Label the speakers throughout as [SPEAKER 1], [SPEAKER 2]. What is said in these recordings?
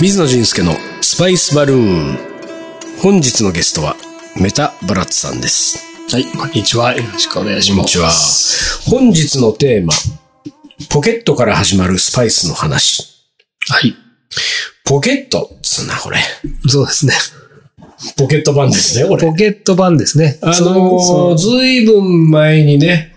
[SPEAKER 1] 水野仁介のスパイスバルーン。本日のゲストは、メタブラッツさんです。
[SPEAKER 2] はい、こんにちは。よろしくお願いし
[SPEAKER 1] こん
[SPEAKER 2] ま
[SPEAKER 1] にち
[SPEAKER 2] す。
[SPEAKER 1] は。本日のテーマ、ポケットから始まるスパイスの話。
[SPEAKER 2] はい。
[SPEAKER 1] ポケットっつうな、これ。
[SPEAKER 2] そうですね。
[SPEAKER 1] ポケット版ですね、これ
[SPEAKER 2] ポ。ケット版ですね。
[SPEAKER 1] あ
[SPEAKER 2] そ
[SPEAKER 1] のー、
[SPEAKER 2] そ。
[SPEAKER 1] ずいぶん前にね、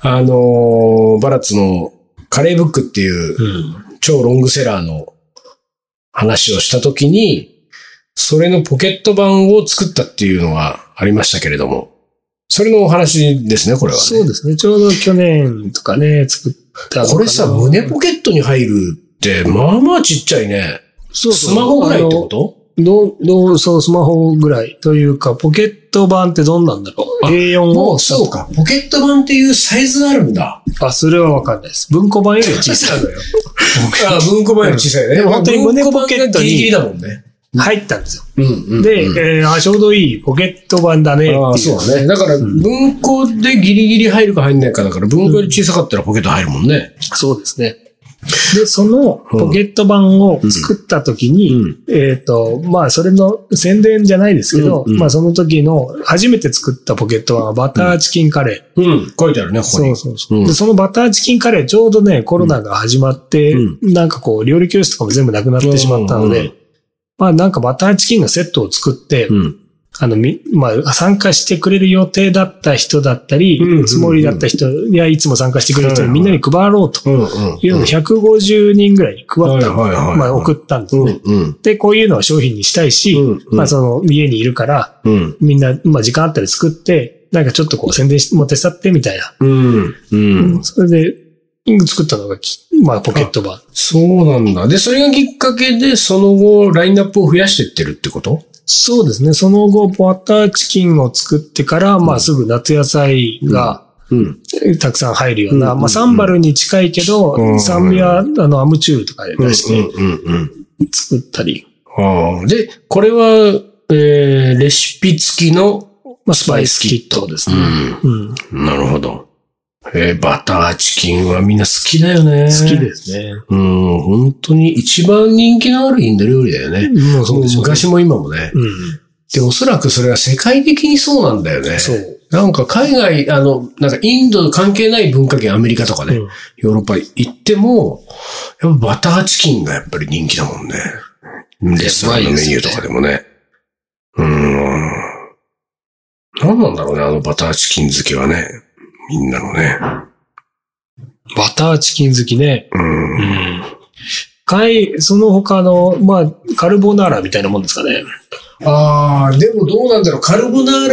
[SPEAKER 1] あのー、バラッツのカレーブックっていううん超ロングセラーの話をしたときに、それのポケット版を作ったっていうのがありましたけれども、それのお話ですね、これは
[SPEAKER 2] そう
[SPEAKER 1] ね。
[SPEAKER 2] ですね。ちょうど去年とかね、作ったのかな
[SPEAKER 1] これさ、胸ポケットに入るって、まあまあちっちゃいね。
[SPEAKER 2] そうそう
[SPEAKER 1] スマホぐらいってこと
[SPEAKER 2] あのどう、どう、そう、スマホぐらいというか、ポケット版ってどんなんだろう。A4 を。
[SPEAKER 1] うか。ポケット版っていうサイズがあるんだ。
[SPEAKER 2] あ、それはわかんないです。文庫版より小 さ いのよ。
[SPEAKER 1] あ文庫版より小さいね。
[SPEAKER 2] うん本当に胸
[SPEAKER 1] 文庫
[SPEAKER 2] ポ
[SPEAKER 1] 版
[SPEAKER 2] ケットに
[SPEAKER 1] がギリギリだもんね。
[SPEAKER 2] 入ったんですよ。
[SPEAKER 1] うんうんうん
[SPEAKER 2] で、えーあ、ちょうどいいポケット版だねっていう。
[SPEAKER 1] ああ、そうだね。だから、文庫でギリギリ入るか入んないかだから、文庫より小さかったらポケット入るもんね。
[SPEAKER 2] そうですね。で、そのポケット版を作った時に、
[SPEAKER 1] うん
[SPEAKER 2] えっ、と、まあ、それの宣伝じゃないですけど、
[SPEAKER 1] うんうん
[SPEAKER 2] まあ、その時の初めて作ったポケット版はバターチキンカレー。
[SPEAKER 1] うん。書いてあるね、ここ
[SPEAKER 2] そ
[SPEAKER 1] に
[SPEAKER 2] う。そうそう、
[SPEAKER 1] うん
[SPEAKER 2] で、そのバターチキンカレー、ちょうどね、コロナが始まって、
[SPEAKER 1] うん
[SPEAKER 2] なんかこう、料理教室とかも全部なくなってしまったので、
[SPEAKER 1] うんうん
[SPEAKER 2] まあ、なんかバターチキンのセットを作って、
[SPEAKER 1] うん。
[SPEAKER 2] あの、み、まあ、参加してくれる予定だった人だったり、
[SPEAKER 1] うんうんうん
[SPEAKER 2] つもりだった人、いや、いつも参加してくれる人にみんなに配ろうと。
[SPEAKER 1] うん。うん。
[SPEAKER 2] いうのを150人ぐらいに配ったの、
[SPEAKER 1] はいはいはい
[SPEAKER 2] まあ送ったんですね。
[SPEAKER 1] うん。
[SPEAKER 2] で、こういうのを商品にしたいし、
[SPEAKER 1] うんうん
[SPEAKER 2] まあその家にいるから、
[SPEAKER 1] うん。
[SPEAKER 2] みんな、まあ時間あったら作って、なんかちょっとこう宣伝し、もう手伝ってみたいな。
[SPEAKER 1] うん。うん。
[SPEAKER 2] それで、うん作ったのがき、まあポケット版。
[SPEAKER 1] そうなんだ。で、それがきっかけで、その後、ラインナップを増やしてってるってこと
[SPEAKER 2] そうですね。その後、バターチキンを作ってから、まあすぐ夏野菜が、
[SPEAKER 1] うん。
[SPEAKER 2] えたくさん入るような、
[SPEAKER 1] うん
[SPEAKER 2] まあサンバルに近いけど、
[SPEAKER 1] うん
[SPEAKER 2] 酸味はあのアムチュールとかで
[SPEAKER 1] うん。
[SPEAKER 2] 出して
[SPEAKER 1] うん。うん。
[SPEAKER 2] 作ったり、
[SPEAKER 1] ああ。で、これは、えー、レシピ付きの、
[SPEAKER 2] まあスパイスキットですね。うん、
[SPEAKER 1] ん。なるほど。えー、バターチキンはみんな好きだよね。
[SPEAKER 2] 好きですね。
[SPEAKER 1] うん、本当に一番人気のあるインド料理だよね。
[SPEAKER 2] もうそうでしょうね
[SPEAKER 1] 昔も今もね。
[SPEAKER 2] うん。
[SPEAKER 1] で、おそらくそれは世界的にそうなんだよね。
[SPEAKER 2] そう。
[SPEAKER 1] なんか海外、あの、なんかインド関係ない文化圏、アメリカとかね、
[SPEAKER 2] うん
[SPEAKER 1] ヨーロッパ行っても、やっぱバターチキンがやっぱり人気だもんね。レストランのメニューとかでもね。うーん。何なんだろうね、あのバターチキン好きはね。みんなのね。
[SPEAKER 2] バターチキン好きね。
[SPEAKER 1] うん。
[SPEAKER 2] かい、その他の、まあ、カルボナーラみたいなもんですかね。
[SPEAKER 1] ああ、でもどうなんだろう。カルボナー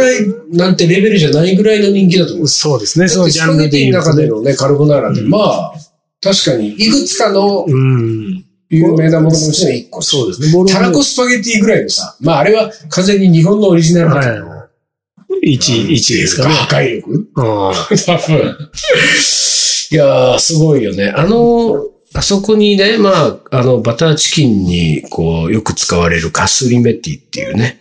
[SPEAKER 1] ラなんてレベルじゃないぐらいの人気だと思う。
[SPEAKER 2] そうですね、その
[SPEAKER 1] だって
[SPEAKER 2] ジ
[SPEAKER 1] ス
[SPEAKER 2] ャ
[SPEAKER 1] パ
[SPEAKER 2] ン
[SPEAKER 1] ゲ
[SPEAKER 2] ル
[SPEAKER 1] テ
[SPEAKER 2] で
[SPEAKER 1] ィ
[SPEAKER 2] 言
[SPEAKER 1] の
[SPEAKER 2] うと
[SPEAKER 1] 中
[SPEAKER 2] ね
[SPEAKER 1] で。のね、カルボナーラって、
[SPEAKER 2] うん
[SPEAKER 1] まあ、確かに、いくつかの
[SPEAKER 2] うん。
[SPEAKER 1] 有名なもののうちの一個。
[SPEAKER 2] そうですね。ボロネ
[SPEAKER 1] タラコスパゲティぐらいのさ、まああれは完全に日本のオリジナルだけど、
[SPEAKER 2] は1、一ですかね。
[SPEAKER 1] 破壊力
[SPEAKER 2] うん。
[SPEAKER 1] 多分。いやー、すごいよね。あの、あそこにね、まあ、あの、バターチキンに、こう、よく使われるカスリメティっていうね、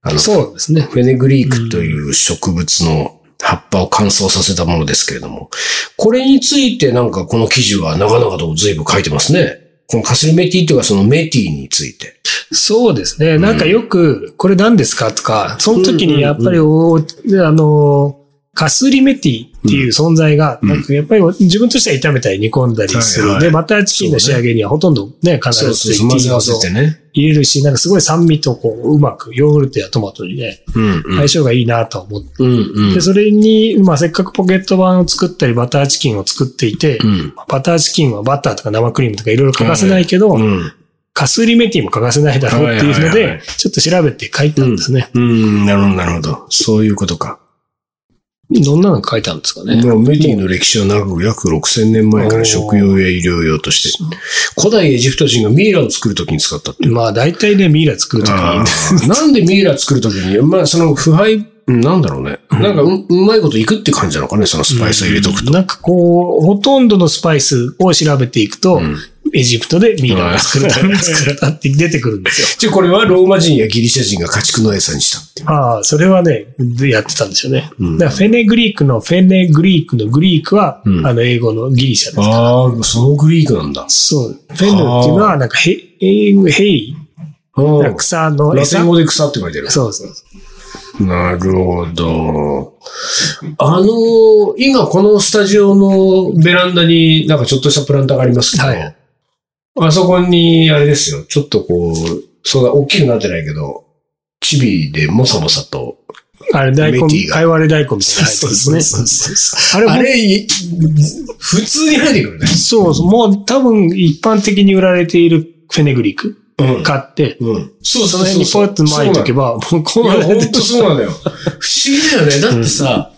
[SPEAKER 1] あの、
[SPEAKER 2] そうですね。
[SPEAKER 1] フェネグリークという植物の葉っぱを乾燥させたものですけれども、これについてなんかこの記事は長々と随分書いてますね。このカスリメティというかそのメティについて。
[SPEAKER 2] そうですね。なんかよく、これ何ですかとか、その時にやっぱりお、あの、カスリメティっていう存在が、
[SPEAKER 1] うん
[SPEAKER 2] なんかやっぱり自分としては炒めたり煮込んだりする。
[SPEAKER 1] はいはい
[SPEAKER 2] で、バターチキンの仕上げにはほとんどね、必ず
[SPEAKER 1] 混ぜ合わせてね。
[SPEAKER 2] 入れるし、なんかすごい酸味とこう、うまく、ヨーグルトやトマトにね、
[SPEAKER 1] うん、うん
[SPEAKER 2] 相。性がいいなとは思って。
[SPEAKER 1] うん、うん
[SPEAKER 2] で、。それに、まあせっかくポケット版を作ったり、バターチキンを作っていて、
[SPEAKER 1] うん。
[SPEAKER 2] バターチキンはバターとか生クリームとかいろいろ欠かせないけど、
[SPEAKER 1] うん。
[SPEAKER 2] カスリメティも欠かせないだろうっていうの
[SPEAKER 1] はいはいはいは
[SPEAKER 2] で、ちょっと調べて書いたんですね。
[SPEAKER 1] うん、なるほど、なるほど。そういうことか。
[SPEAKER 2] どんなの書いたんですかね。
[SPEAKER 1] もうメティの歴史は長く約6000年前から食用や医療用として。古代エジプト人がミイラを作るときに使ったっていう
[SPEAKER 2] まあ大体ね、ミイラ作るとき
[SPEAKER 1] あ
[SPEAKER 2] に。
[SPEAKER 1] ーなんでミイラ作るときに、まあ、その腐敗、なんだろうね。なんかう、うまいこといくって感じなのかね、そのスパイスを入れとくと。
[SPEAKER 2] なんかこう、ほとんどのスパイスを調べていくと、
[SPEAKER 1] うん
[SPEAKER 2] エジプトでミイラを作るた めに作られたって出てくるんですよ。
[SPEAKER 1] じゃあこれはローマ人やギリシャ人が家畜の餌にしたっていう。
[SPEAKER 2] ああ、それはね、やってたんですよね。
[SPEAKER 1] うん
[SPEAKER 2] だからフェネグリークのフェネグリークのグリークは、
[SPEAKER 1] うん
[SPEAKER 2] あの英語のギリシャです。
[SPEAKER 1] ああ、そのグリークなんだ。
[SPEAKER 2] そう。フェヌっていうのは、なんかヘ、英語ヘイ、
[SPEAKER 1] うん
[SPEAKER 2] なんか草の
[SPEAKER 1] ラテ
[SPEAKER 2] 餌
[SPEAKER 1] ン。語で草って書いてある。
[SPEAKER 2] そうそう。
[SPEAKER 1] なるほど。あの、今このスタジオのベランダになんかちょっとしたプランターがありますけど、
[SPEAKER 2] はい
[SPEAKER 1] あそこにあれですよ、ちょっとこう、そんな大きくなってないけど、チビでもさもさと。
[SPEAKER 2] あれ、大
[SPEAKER 1] メティ
[SPEAKER 2] 根、
[SPEAKER 1] が
[SPEAKER 2] かいわれ大根みたいなの入ってるんですね。あれ
[SPEAKER 1] あ
[SPEAKER 2] も、
[SPEAKER 1] れ、い普通に生えてくるね。
[SPEAKER 2] そうそう、もう多分一般的に売られているフェネグリーク
[SPEAKER 1] うん。
[SPEAKER 2] 買って、
[SPEAKER 1] うん。そうそうそ
[SPEAKER 2] その
[SPEAKER 1] う
[SPEAKER 2] 辺にポ
[SPEAKER 1] そう。
[SPEAKER 2] ヤッと巻いとけば、もうこ
[SPEAKER 1] いう
[SPEAKER 2] な
[SPEAKER 1] や、
[SPEAKER 2] る
[SPEAKER 1] 本当そうなんだよ。不思議だよね。だってさ、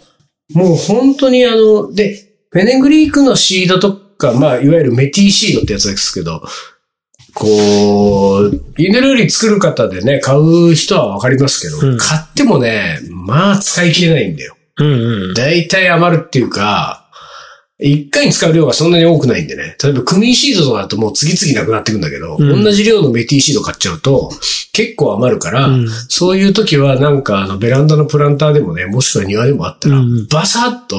[SPEAKER 1] もう本当にあの、で、フェネグリークのシードとか、まあ、いわゆるメティシードってやつですけど、こう、犬料理作る方でね、買う人はわかりますけど、
[SPEAKER 2] うん
[SPEAKER 1] 買ってもね、まあ使い切れないんだよ。
[SPEAKER 2] うんうん。
[SPEAKER 1] だいたい余るっていうか、一回に使う量がそんなに多くないんでね。例えば、クミンシードとかだともう次々なくなってくんだけど、
[SPEAKER 2] うん
[SPEAKER 1] 同じ量のメティシード買っちゃうと、結構余るから、
[SPEAKER 2] うん
[SPEAKER 1] そういう時はなんかあのベランダのプランターでもね、もしくは庭でもあったら、
[SPEAKER 2] うん
[SPEAKER 1] バサッと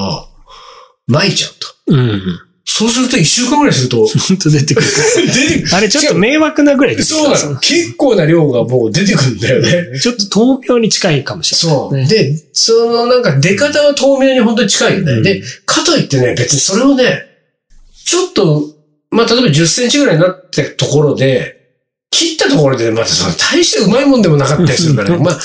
[SPEAKER 1] 撒いちゃうと。
[SPEAKER 2] うん。
[SPEAKER 1] そうすると一週間ぐらいすると、
[SPEAKER 2] 本当出てくる。
[SPEAKER 1] 出てく
[SPEAKER 2] あれちょっと迷惑なぐらい
[SPEAKER 1] る。
[SPEAKER 2] です
[SPEAKER 1] そうなの。結構な量がもう出てくるんだよね。
[SPEAKER 2] ちょっと豆苗に近いかもしれない。
[SPEAKER 1] そう。
[SPEAKER 2] ね
[SPEAKER 1] で、そのなんか出方は透明に本当に近いよね。
[SPEAKER 2] うん
[SPEAKER 1] で、かといってね、別にそれをね、ちょっと、まあ、例えば10センチぐらいになったところで、切ったところで、またその大してうまいもんでもなかったりするからね。まあ、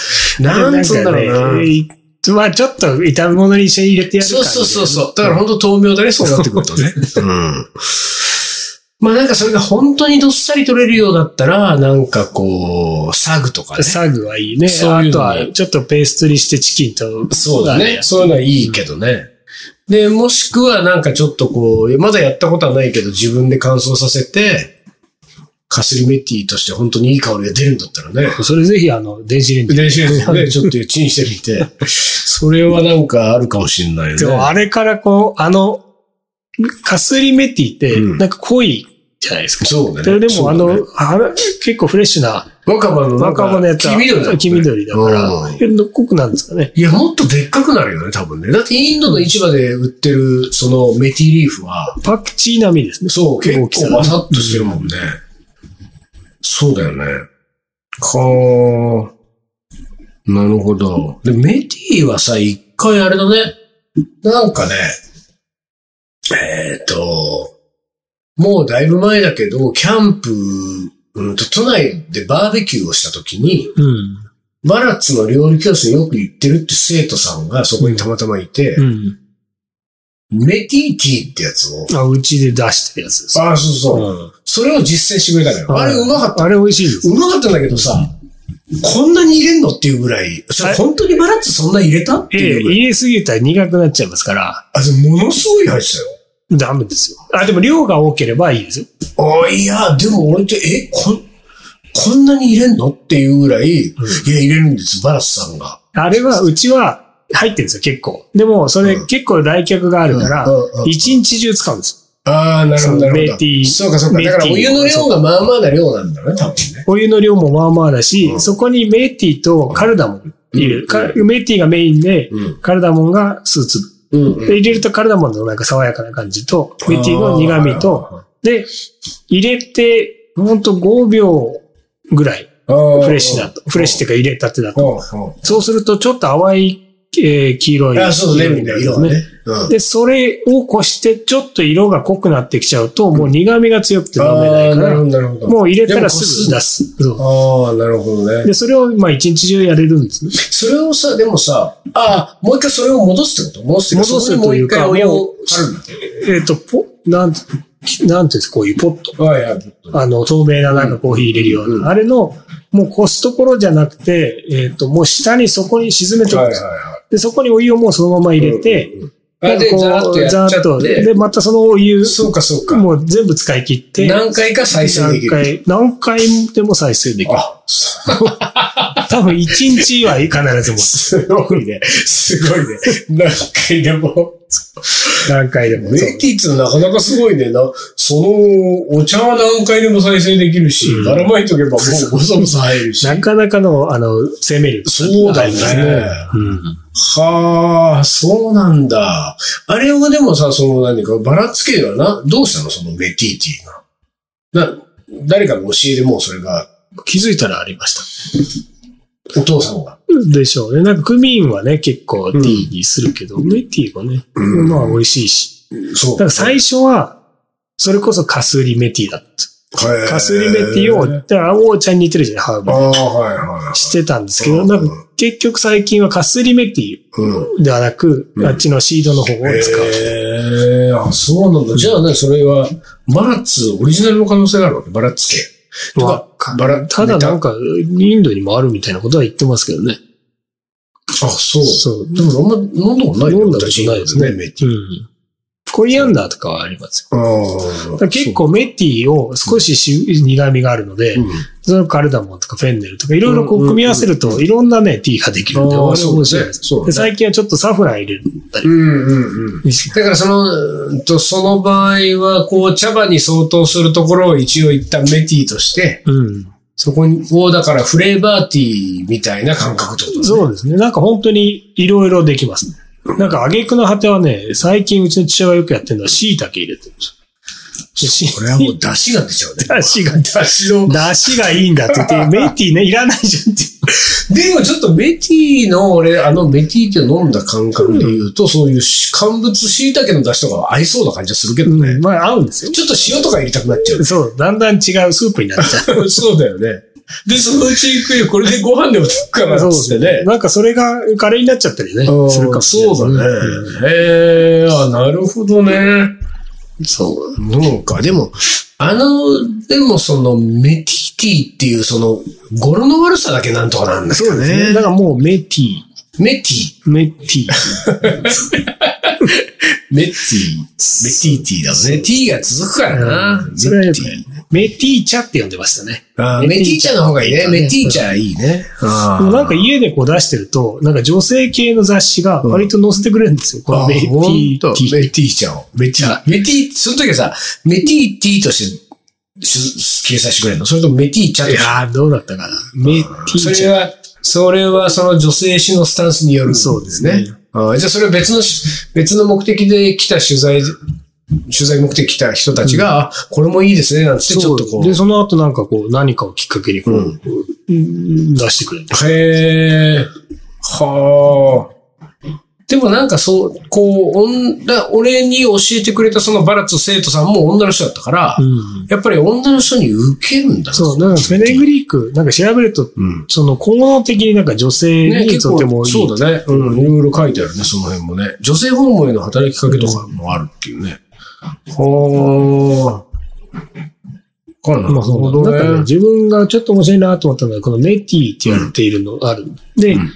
[SPEAKER 1] なんつうんだろうな。
[SPEAKER 2] な。まあちょっと炒め物に一緒に入れてやる
[SPEAKER 1] そ
[SPEAKER 2] 感
[SPEAKER 1] う
[SPEAKER 2] じ。
[SPEAKER 1] そうそうそう。だから本当豆苗だね、そうなってくると ね。うん。まあなんかそれが本当にどっさり取れるようだったら、なんかこう、サグとかね。
[SPEAKER 2] サグはいいね。
[SPEAKER 1] そういう
[SPEAKER 2] あと
[SPEAKER 1] のね
[SPEAKER 2] は、ちょっとペーストにしてチキンと。
[SPEAKER 1] そうだね。そういうのはいいけどね。で、もしくはなんかちょっとこう、まだやったことはないけど自分で乾燥させて、カスリメティとして本当にいい香りが出るんだったらね。
[SPEAKER 2] それぜひ、あの、電子レンジ。
[SPEAKER 1] 電子レンジでね、ちょっとチンしてみて。それはなんかあるかもしれないよね。
[SPEAKER 2] でも、あれからこう、あの、カスリメティって、
[SPEAKER 1] うん
[SPEAKER 2] なんか濃いじゃないですか。
[SPEAKER 1] そうだね。
[SPEAKER 2] でで
[SPEAKER 1] そう
[SPEAKER 2] も、あ
[SPEAKER 1] だね
[SPEAKER 2] の、あれ結構フレッシュな
[SPEAKER 1] 若葉のなんか
[SPEAKER 2] 若葉のやつは
[SPEAKER 1] 黄緑だもんね
[SPEAKER 2] 黄緑だから
[SPEAKER 1] うん、
[SPEAKER 2] えのっこくなるんですかね。
[SPEAKER 1] いや、もっとでっかくなるよね、多分ね。だってインドの市場で売ってる、そのメティリーフは、
[SPEAKER 2] パクチー並みですね。
[SPEAKER 1] そう、結
[SPEAKER 2] 大きさ
[SPEAKER 1] 構
[SPEAKER 2] が
[SPEAKER 1] バサッとしてるもんね。そうだよね。かー。なるほど。で、メティはさ、一回あれだね。なんかね、えっ、と、もうだいぶ前だけど、キャンプ、うんと、都内でバーベキューをしたときに、
[SPEAKER 2] うん。
[SPEAKER 1] バラッツの料理教室によく行ってるって生徒さんがそこにたまたまいて、
[SPEAKER 2] うん。
[SPEAKER 1] メティティってやつを、
[SPEAKER 2] あ、うちで出してるやつです。
[SPEAKER 1] ああ、そうそう、
[SPEAKER 2] うん
[SPEAKER 1] それを実践してくれたのよ。あ
[SPEAKER 2] はい
[SPEAKER 1] れうまかった。
[SPEAKER 2] あれ美味しいです。
[SPEAKER 1] うまかったんだけどさ、こんなに入れんのっていうぐらい、それ
[SPEAKER 2] はい
[SPEAKER 1] 本当にバラッツそんな入れたって
[SPEAKER 2] ええ、
[SPEAKER 1] いうぐらい。
[SPEAKER 2] 入れすぎたら苦くなっちゃいますから、
[SPEAKER 1] あ、でもものすごい入ってたよ。
[SPEAKER 2] ダメですよ。あ、でも量が多ければいいですよ。
[SPEAKER 1] あいや、でも俺って、え、こん、こんなに入れんのっていうぐらい、いや、入れるんです、バラッツさんが。
[SPEAKER 2] あれは、うちは入ってるんですよ、結構。でも、それ
[SPEAKER 1] うん
[SPEAKER 2] 結構来客があるから
[SPEAKER 1] うんうんう、ん
[SPEAKER 2] 一日中使うんですよ。
[SPEAKER 1] ああ、なるほど、なるほ
[SPEAKER 2] そうメティ
[SPEAKER 1] ど。そうか、そうか。だからお湯の量がまあまあな量なんだね、多分ね。
[SPEAKER 2] お湯の量もまあまあだし、
[SPEAKER 1] うん
[SPEAKER 2] そこにメイティーとカルダモン入れ
[SPEAKER 1] うん
[SPEAKER 2] る。カメイティーがメインで、
[SPEAKER 1] うん
[SPEAKER 2] カルダモンが数粒。
[SPEAKER 1] うん
[SPEAKER 2] で、入れるとカルダモンのなんか爽やかな感じと、メイティーの苦味と、、で、入れて、ほんと5秒ぐらい、
[SPEAKER 1] フレ
[SPEAKER 2] フレッシュだと。フレッシュっていうか入れたてだと。
[SPEAKER 1] あ
[SPEAKER 2] そうすると、ちょっと淡い、えー黄色い。
[SPEAKER 1] そうね、みんな色はね。。
[SPEAKER 2] で、それを越して、ちょっと色が濃くなってきちゃうと、もう苦味が強くて飲めないか
[SPEAKER 1] なる
[SPEAKER 2] ら
[SPEAKER 1] ほど、、なるほど。
[SPEAKER 2] もう入れたらすぐ出す。そ
[SPEAKER 1] ああ、なるほど
[SPEAKER 2] う
[SPEAKER 1] ね。
[SPEAKER 2] で、それを、まあ、一日中やれるんですね。
[SPEAKER 1] それをさ、でもさ、ああ、もう一回それを戻すってこと戻すって
[SPEAKER 2] 戻すというか
[SPEAKER 1] もう一回お湯を
[SPEAKER 2] もえっ、と、ポ、なん、なんていうんですか、こういうポット。
[SPEAKER 1] はいはい。
[SPEAKER 2] あの、透明ななんかコーヒー入れるよ
[SPEAKER 1] うんう
[SPEAKER 2] うんな。あれの、もうこすところじゃなくて、えっ、と、もう下にそこに沈めてお
[SPEAKER 1] はい
[SPEAKER 2] く
[SPEAKER 1] は
[SPEAKER 2] んで
[SPEAKER 1] い
[SPEAKER 2] す。
[SPEAKER 1] は
[SPEAKER 2] で、そこにお湯をもうそのまま
[SPEAKER 1] い。
[SPEAKER 2] 入れて、
[SPEAKER 1] うんうんうん、
[SPEAKER 2] な
[SPEAKER 1] あ
[SPEAKER 2] ん
[SPEAKER 1] で、
[SPEAKER 2] か
[SPEAKER 1] ざらっ
[SPEAKER 2] こう
[SPEAKER 1] とやっちゃ
[SPEAKER 2] ざーっ
[SPEAKER 1] っ
[SPEAKER 2] と
[SPEAKER 1] て
[SPEAKER 2] で、、またそのお湯、
[SPEAKER 1] そうかそうか。
[SPEAKER 2] もう全部使い切って、
[SPEAKER 1] 何回か再生でき
[SPEAKER 2] 何
[SPEAKER 1] る。
[SPEAKER 2] 回、何回でも再生できる。
[SPEAKER 1] あ、す
[SPEAKER 2] 多分1日は必ずもう。
[SPEAKER 1] すごいね。すごいね。何回でも。
[SPEAKER 2] 何回でも。そう
[SPEAKER 1] メキッツなかなかすごいね。な、その、お茶は何回でも再生できるし
[SPEAKER 2] う、ん
[SPEAKER 1] ばらまいとけばもうごそごそ入るし。
[SPEAKER 2] なかなかの、あの、生命力。
[SPEAKER 1] そうだね
[SPEAKER 2] ありますねうん。
[SPEAKER 1] はあ、そうなんだ。あれはでもさ、その何か、ばらつけではな、どうしたのそのメティーティが。な、誰かの教えでもうそれが、
[SPEAKER 2] 気づいたらありまし
[SPEAKER 1] お父さんが。
[SPEAKER 2] た。でしょうね。なんか、クミンはね、結構ティーにするけど、メティーはね、
[SPEAKER 1] うん
[SPEAKER 2] まあ、美味しいし。
[SPEAKER 1] そ
[SPEAKER 2] だ
[SPEAKER 1] う。
[SPEAKER 2] から最初は、それこそカスリメティーだった。
[SPEAKER 1] へえ
[SPEAKER 2] カスリメティーを、だから、おーちゃんに似てるじゃない、ハーブ
[SPEAKER 1] あ。あ、はいは
[SPEAKER 2] してたんですけ
[SPEAKER 1] い。
[SPEAKER 2] ど、なんか、結局最近はカスリメティ
[SPEAKER 1] うん。
[SPEAKER 2] ーではなく、
[SPEAKER 1] うん
[SPEAKER 2] あっちのシードの方を使う。
[SPEAKER 1] へえあ、そうなんだ。じゃあね、それは、バラッツオリジナルの可能性があるわけ。バラッツ系。と
[SPEAKER 2] わ
[SPEAKER 1] か、
[SPEAKER 2] かん
[SPEAKER 1] バラ
[SPEAKER 2] ただなんか、インドにもあるみたいなことは言ってますけどね。
[SPEAKER 1] あ、そう。
[SPEAKER 2] そう。
[SPEAKER 1] でもあんま飲んだことないよ
[SPEAKER 2] 飲んだことないですね
[SPEAKER 1] 私メティ。
[SPEAKER 2] うん。コリアンダーとかはありますよ。
[SPEAKER 1] あ
[SPEAKER 2] だ
[SPEAKER 1] あ
[SPEAKER 2] から結構メティを少しし苦味があるので、
[SPEAKER 1] うん
[SPEAKER 2] そのカルダモンとかフェンネルとかいろいろこ
[SPEAKER 1] うんうんう
[SPEAKER 2] うん組み合わせるといろんなね、ティーができるんで、
[SPEAKER 1] あー
[SPEAKER 2] 面白いです。
[SPEAKER 1] そうねそうね
[SPEAKER 2] で最近はちょっとサフラン入れるんだり
[SPEAKER 1] うんうんうん。だからその、うんとその場合は、こう、茶葉に相当するところを一応一旦メティとして、
[SPEAKER 2] うん。
[SPEAKER 1] そこに、をだからフレーバーティーみたいな感覚ってことだね
[SPEAKER 2] そうですね。なんか本当にいろいろできますね。なんか挙句の果てはね、最近うちの父親がよくやってるのは椎茸入れてるんですよ。
[SPEAKER 1] これはもう出汁が出ちゃうね。
[SPEAKER 2] だしが、
[SPEAKER 1] 出汁の
[SPEAKER 2] だしがいいんだって言 って、メティね、いらないじゃんって。
[SPEAKER 1] でもちょっとメティの、俺、あのメティって飲んだ感覚で言うと、そういう乾物椎茸の出汁とかは合いそうな感じはするけどね。
[SPEAKER 2] うん、まあ合うんですよ。
[SPEAKER 1] ちょっと塩とか入れたくなっちゃ
[SPEAKER 2] そう、だんだん違うスープになっちゃ う。
[SPEAKER 1] う。そうだよね。で、そのうち行くよ、これでご飯でも食うかなっつってね。
[SPEAKER 2] なんかそれがカレーになっちゃったりね。するかもしれない。
[SPEAKER 1] そうだね。へえー、あ、なるほどね。そう。なんか、でも、あの、でもその、メティティっていう、その、語呂の悪さだけなんとかなんだよ
[SPEAKER 2] そうですね。だからもうメティ、
[SPEAKER 1] メティ、
[SPEAKER 2] メティ。
[SPEAKER 1] メティ、メティティだね。ティが続くからな。
[SPEAKER 2] うんそれは
[SPEAKER 1] メ
[SPEAKER 2] よ
[SPEAKER 1] テ
[SPEAKER 2] く
[SPEAKER 1] ィ。
[SPEAKER 2] メティ茶って呼んでましたね。
[SPEAKER 1] あーメティ茶の方がいいね。メテ
[SPEAKER 2] メテ
[SPEAKER 1] ィ
[SPEAKER 2] ィ
[SPEAKER 1] 茶いいね。あ
[SPEAKER 2] でもなんか家でこう出してると、なんか女性系の雑誌が割と載せてくれるんですよ。このメティ
[SPEAKER 1] と
[SPEAKER 2] ティ。
[SPEAKER 1] メティ茶を。メティ、メティ、その時はさ、メティティとして、し掲載してくれるのそれともメティ茶と
[SPEAKER 2] い
[SPEAKER 1] して
[SPEAKER 2] やー、どうだったかな。メテ
[SPEAKER 1] そ
[SPEAKER 2] ィ
[SPEAKER 1] れ
[SPEAKER 2] 茶。
[SPEAKER 1] は、それはその女性誌のスタンスによるん
[SPEAKER 2] そうですね。
[SPEAKER 1] ああじゃあそれは別のし、別の目的で来た取材、取材目的来た人たちが、あこれもいいですね、なんつってちょっとこ。
[SPEAKER 2] そううで、その後なんかこう、何かをきっかけにこう、
[SPEAKER 1] うん
[SPEAKER 2] うん出してくれる。
[SPEAKER 1] へえ、はあ。でもなんかそう、こう、おんだ俺に教えてくれたそのバラッツ生徒さんも女の人だったから、
[SPEAKER 2] うん。
[SPEAKER 1] やっぱり女の人に受けるんだな
[SPEAKER 2] そう、なんかフェネグリーク、なんか調べると
[SPEAKER 1] うん。
[SPEAKER 2] その、今後的になんか女性
[SPEAKER 1] ね、
[SPEAKER 2] に
[SPEAKER 1] 結
[SPEAKER 2] と
[SPEAKER 1] 構
[SPEAKER 2] てもいい。
[SPEAKER 1] そうだね。うん、いろいろ書いてあるね、その辺もね。女性ホルモンへの働きかけとかもあるっていうね。ほー。これなる
[SPEAKER 2] まあそう
[SPEAKER 1] ほど
[SPEAKER 2] だなんかね、
[SPEAKER 1] ね。
[SPEAKER 2] 自分がちょっと面白いなと思ったのが、このメティってやっているのがある。で、
[SPEAKER 1] うん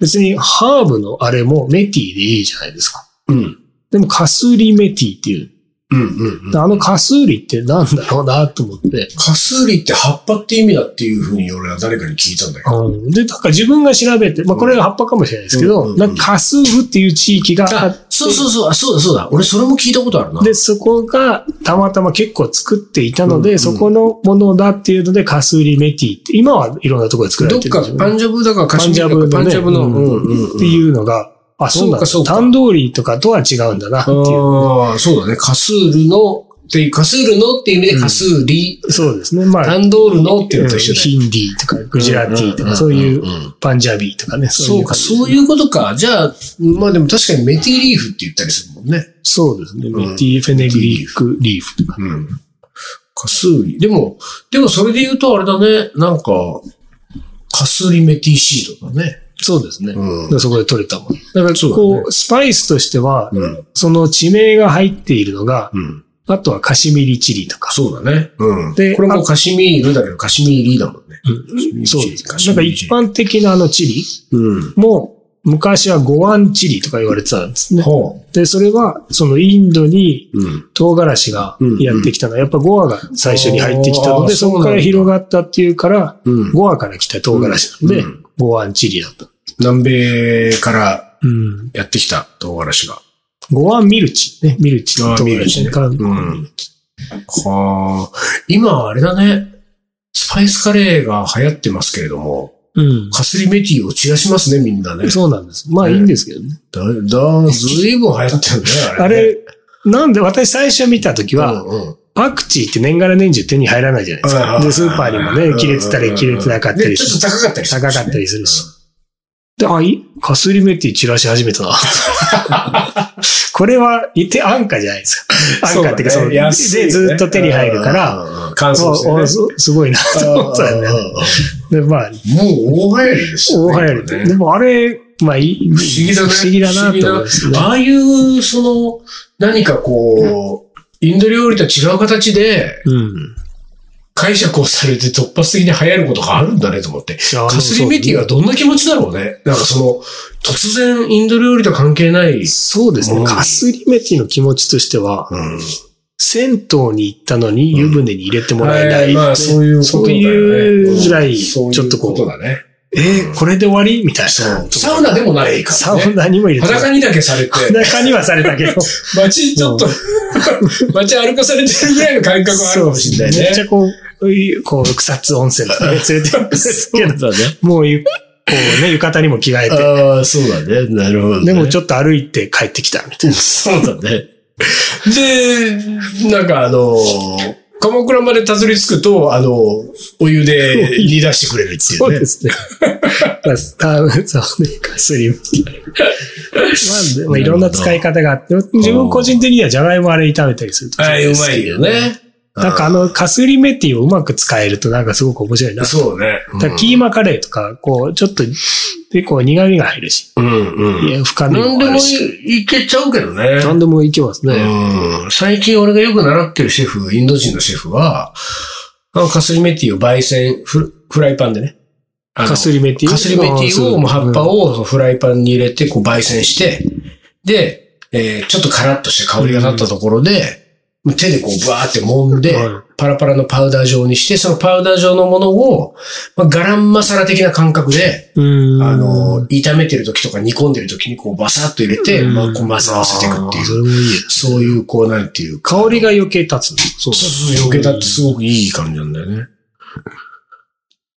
[SPEAKER 2] 別にハーブのあれもメティでいいじゃないですか。
[SPEAKER 1] うん。
[SPEAKER 2] でもカスーリメティっていう。
[SPEAKER 1] うんうんうん。
[SPEAKER 2] あのカスーリってなんだろうなと思って。
[SPEAKER 1] カスーリって葉っぱって意味だっていうふうに俺は誰かに聞いたんだけど。
[SPEAKER 2] うんで、なんか自分が調べて、まあこれは葉っぱかもしれないですけ
[SPEAKER 1] うんうんう
[SPEAKER 2] ど、
[SPEAKER 1] ん
[SPEAKER 2] なんかカスーフっていう地域があって
[SPEAKER 1] あ、、そうそうそう、あ、そうだそうだ。俺それも聞いたことあるな。
[SPEAKER 2] で、そこがたまたま結構作っていたので、
[SPEAKER 1] うんうん
[SPEAKER 2] そこのものだっていうので、カスーリメティって、今はいろんなところで作ら
[SPEAKER 1] ど
[SPEAKER 2] れ
[SPEAKER 1] って
[SPEAKER 2] るん
[SPEAKER 1] か
[SPEAKER 2] ですよ、ね。
[SPEAKER 1] パンジャブだからカシミールだか
[SPEAKER 2] パ
[SPEAKER 1] パ
[SPEAKER 2] ン
[SPEAKER 1] ン
[SPEAKER 2] ジ
[SPEAKER 1] ジ
[SPEAKER 2] ャ
[SPEAKER 1] ャ
[SPEAKER 2] ブ
[SPEAKER 1] ブ
[SPEAKER 2] の
[SPEAKER 1] の、
[SPEAKER 2] ね
[SPEAKER 1] うんうんうん
[SPEAKER 2] っていうのが、あ、そうなんだ。
[SPEAKER 1] そうかそうか
[SPEAKER 2] タンドーリーとかとは違うんだな、っていう。
[SPEAKER 1] ああ、そうだね。カスールの、っていう、カスールのっていう意味でカスーリ、
[SPEAKER 2] そうですね。まあ、
[SPEAKER 1] タンドールのっていうのと一緒だよ
[SPEAKER 2] ヒンディーとか、グジラティーとか、そういう、パンジャビーとかね。
[SPEAKER 1] そうか、そういうことか。じゃあ、まあでも確かにメティリーフって言ったりするもんね。
[SPEAKER 2] そうですね。メ
[SPEAKER 1] ん
[SPEAKER 2] ティ、フェネグリーク、リーフとか。
[SPEAKER 1] うん。カスーリ。でも、でもそれで言うとあれだね。なんか、カスーリメティシードだね。
[SPEAKER 2] そうですね。
[SPEAKER 1] うん
[SPEAKER 2] だからそこで取れたもの。だから、
[SPEAKER 1] そうだね
[SPEAKER 2] こう、スパイスとしては、
[SPEAKER 1] うん。
[SPEAKER 2] その地名が入っているのが、
[SPEAKER 1] うん。
[SPEAKER 2] あとはカシミリチリとか。
[SPEAKER 1] そうだね。うん。
[SPEAKER 2] で
[SPEAKER 1] これもカシミールだけど、カシミーリーだもんね。
[SPEAKER 2] そうですか
[SPEAKER 1] カ。シ
[SPEAKER 2] なんか
[SPEAKER 1] ミリチ
[SPEAKER 2] 一
[SPEAKER 1] リ
[SPEAKER 2] 般的なあのチリ
[SPEAKER 1] うん。
[SPEAKER 2] も、昔はゴアンチリとか言われてたんですね。
[SPEAKER 1] ほ
[SPEAKER 2] で、それは、そのインドに
[SPEAKER 1] う。うん。
[SPEAKER 2] 唐辛子がやってきたのは、やっぱゴアが最初に入ってきたの
[SPEAKER 1] あー
[SPEAKER 2] で、そこ
[SPEAKER 1] そ
[SPEAKER 2] か
[SPEAKER 1] うなん
[SPEAKER 2] ら
[SPEAKER 1] だ
[SPEAKER 2] 広がったっていうから、
[SPEAKER 1] うん。
[SPEAKER 2] ゴアから来た唐辛子なんで
[SPEAKER 1] うん、
[SPEAKER 2] ゴアンチリだった。
[SPEAKER 1] 南米から
[SPEAKER 2] うん。
[SPEAKER 1] やってきた唐辛子が。
[SPEAKER 2] ゴアンミルチ。ね、ミルチと
[SPEAKER 1] あ
[SPEAKER 2] か
[SPEAKER 1] ミルチね
[SPEAKER 2] か
[SPEAKER 1] うん。はあ。今はあれだね。スパイスカレーが流行ってますけれども、
[SPEAKER 2] うん。
[SPEAKER 1] かすりメティを散らしますね、みんなね。
[SPEAKER 2] そうなんです。まあ
[SPEAKER 1] ね
[SPEAKER 2] いいんですけどね。
[SPEAKER 1] だ、だ、ずいぶん流行ってるね、
[SPEAKER 2] あ
[SPEAKER 1] あれ、ね。
[SPEAKER 2] れ、なんで、私最初見たときは、
[SPEAKER 1] うんうん
[SPEAKER 2] パクチーって年がら年中手に入らないじゃないです
[SPEAKER 1] う
[SPEAKER 2] か。
[SPEAKER 1] ん
[SPEAKER 2] で、スーパーにもね、切れてたり切れてなかった
[SPEAKER 1] ね
[SPEAKER 2] り
[SPEAKER 1] ちょっ
[SPEAKER 2] し
[SPEAKER 1] と高かったりする
[SPEAKER 2] 高かったりするし。で、あ、いかすりメティ散らし始めたな。 これは、言って安価じゃないで すか。安価っていうか、そうで、ずっと手に入るから、
[SPEAKER 1] ら、乾燥
[SPEAKER 2] もう
[SPEAKER 1] してね
[SPEAKER 2] おすすごいなと思ったよね。で、まあ、
[SPEAKER 1] もう大流行りですよね。
[SPEAKER 2] 大流行り
[SPEAKER 1] 今
[SPEAKER 2] で。
[SPEAKER 1] ね
[SPEAKER 2] でもあれ、まあ、いい
[SPEAKER 1] 不思議だね。
[SPEAKER 2] 不思議だなと思いますね。
[SPEAKER 1] ああいう、その、何かこう、インド料理とは違う形で、
[SPEAKER 2] うん。
[SPEAKER 1] 解釈をされて突発的に流行ることがあるんだねと思って。
[SPEAKER 2] あ
[SPEAKER 1] カスリメティはどんな気持ちだろうね。なんかその、突然インド料理とは関係ない。
[SPEAKER 2] そうです
[SPEAKER 1] う
[SPEAKER 2] ね。
[SPEAKER 1] ん
[SPEAKER 2] かすりメティの気持ちとしては、
[SPEAKER 1] うん。
[SPEAKER 2] 銭湯に行ったのに湯船に入れてもらえない。
[SPEAKER 1] はいまあそういうことだよね。
[SPEAKER 2] そういうぐらい
[SPEAKER 1] んそう
[SPEAKER 2] ちょっとこう
[SPEAKER 1] いうことだね。
[SPEAKER 2] えーこれで終わりみたいな。
[SPEAKER 1] サウナでもないか
[SPEAKER 2] サ
[SPEAKER 1] ら、ね。
[SPEAKER 2] ウナにも入れてもらえない
[SPEAKER 1] 裸にだけされて、
[SPEAKER 2] 中にはされ たけど。
[SPEAKER 1] 街ちょっと、街歩かされてるぐらいの感覚はあるかもしれない
[SPEAKER 2] め
[SPEAKER 1] ね
[SPEAKER 2] っち。ゃこう、いこう、草津温泉とかね連れてるんですけど、
[SPEAKER 3] だね。
[SPEAKER 2] もうゆ、こうね、浴衣にも着替えて、
[SPEAKER 3] ああ、そうだね。なるほど、ね。
[SPEAKER 2] でもちょっと歩いて帰ってきたみたいな。
[SPEAKER 3] そうだね。
[SPEAKER 1] で、なんかあの、鎌倉までたどり着くと、あの、お湯で煮出してくれるっていうね。
[SPEAKER 2] すね。まあ、タウン、そうね、かすり。ま あで、まあ、いろんな使い方があって、自分個人的にはじゃがいもあれ炒めたりすると。
[SPEAKER 1] ああ、うまいよね。
[SPEAKER 2] なんかあの、かすりメティをうまく使えるとなんかすごく面白いな。だ
[SPEAKER 1] そうね。
[SPEAKER 2] からキーマカレーとか、こう、ちょっと、結構苦味が入るし、
[SPEAKER 1] うんうん
[SPEAKER 2] い。や深み
[SPEAKER 1] 何
[SPEAKER 2] も
[SPEAKER 1] で
[SPEAKER 2] あ
[SPEAKER 1] も
[SPEAKER 2] るし。
[SPEAKER 1] いいけちゃうけどね。
[SPEAKER 2] 何でもいけますね。
[SPEAKER 1] うん最近俺がよく習ってるシェフ、インド人のシェフは、あのカスリメティを焙煎、フフライパンでね。あの
[SPEAKER 2] かすりメティ
[SPEAKER 1] カスリメティを、もう葉っぱ
[SPEAKER 2] を。
[SPEAKER 1] をフライパンに入れて、こう焙煎して、で、えーちょっとカラッとして香りが立ったところで、手でこうバーって揉んで、
[SPEAKER 2] はい
[SPEAKER 1] パラパラのパウダー状にして、そのパウダー状のものを、まあ、ガランマサラ的な感覚で、
[SPEAKER 2] うん。
[SPEAKER 1] あの、炒めてる時とか煮込んでる時にこうバサッと入れて、
[SPEAKER 2] うん
[SPEAKER 1] まあ、こう混ぜ合わせていくっていう
[SPEAKER 2] あー。それもいい。
[SPEAKER 1] そういう、こう、なんていうか。
[SPEAKER 2] 香りが余計立つ。
[SPEAKER 1] そ
[SPEAKER 2] そ
[SPEAKER 1] うそうそう、余計だってすごくいい感じなんだよね。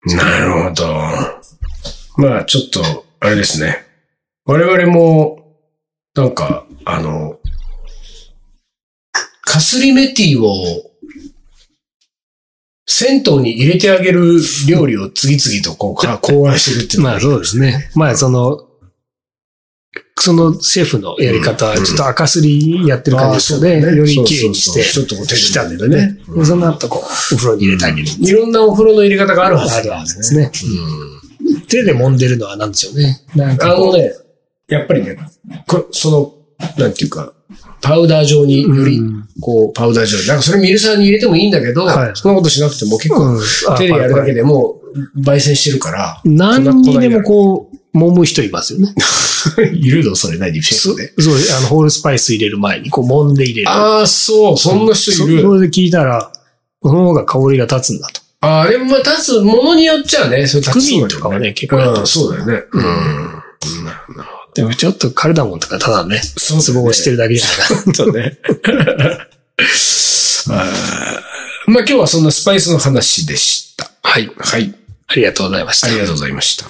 [SPEAKER 1] なるほど。まあ、ちょっと、あれですね。我々も、なんか、あの、かすりメティを、銭湯に入れてあげる料理を次々とこうか、考案してる っていうの
[SPEAKER 2] まあそうですね。まあその、そのシェフのやり方は、ちょっと赤すりやってる感じですよね。
[SPEAKER 1] あーそうだね
[SPEAKER 2] より綺麗にして、
[SPEAKER 1] そうそうそうちょっとこう手で
[SPEAKER 2] きたんでね。でその後こう、お風呂に入れてあげる。
[SPEAKER 1] いろんなお風呂の入れ方があるはず
[SPEAKER 2] あ
[SPEAKER 1] だ
[SPEAKER 2] るは
[SPEAKER 1] よ
[SPEAKER 2] ずですね。
[SPEAKER 1] うん
[SPEAKER 2] 手で揉んでるのはなんでしょうね。なん
[SPEAKER 1] あ
[SPEAKER 2] かこ
[SPEAKER 1] の
[SPEAKER 2] う、
[SPEAKER 1] ね、やっぱりね、こその、なんていうか、パウダー状により
[SPEAKER 2] うん、
[SPEAKER 1] こう、パウダー状に。なんかそれミルサーに入れてもいいんだけど、
[SPEAKER 2] はい
[SPEAKER 1] そんなことしなくても結構、
[SPEAKER 2] うん
[SPEAKER 1] 手でやるだけでもう、焙煎してるから。
[SPEAKER 2] 何にでもこう、揉む人いますよね。
[SPEAKER 1] う、いる のそれ何シェ
[SPEAKER 2] そう
[SPEAKER 1] フで。、
[SPEAKER 2] そうあの、ホールスパイス入れる前に、こう、揉んで入れる。
[SPEAKER 1] ああ、そう、そんな人
[SPEAKER 2] そ
[SPEAKER 1] いる。
[SPEAKER 2] それで聞いたら、この方が香りが立つんだと。
[SPEAKER 1] ああ、でもまあ、立つ、ものによっちゃね、それ立
[SPEAKER 2] ク
[SPEAKER 1] つ
[SPEAKER 2] ミ
[SPEAKER 1] の
[SPEAKER 2] ンとかはね、結構やって
[SPEAKER 1] う
[SPEAKER 2] ま
[SPEAKER 1] ん、
[SPEAKER 2] す。
[SPEAKER 1] そうだよね。うん。
[SPEAKER 2] でもちょっとカルダモンとかただね、
[SPEAKER 1] そう
[SPEAKER 2] ツボを押してるだけじゃない か
[SPEAKER 1] るとね。 あーまあ今日はそんなスパイスの話でした。
[SPEAKER 2] ら。はい。
[SPEAKER 1] はい。
[SPEAKER 2] ありがとうございました
[SPEAKER 1] あり。がとうございました。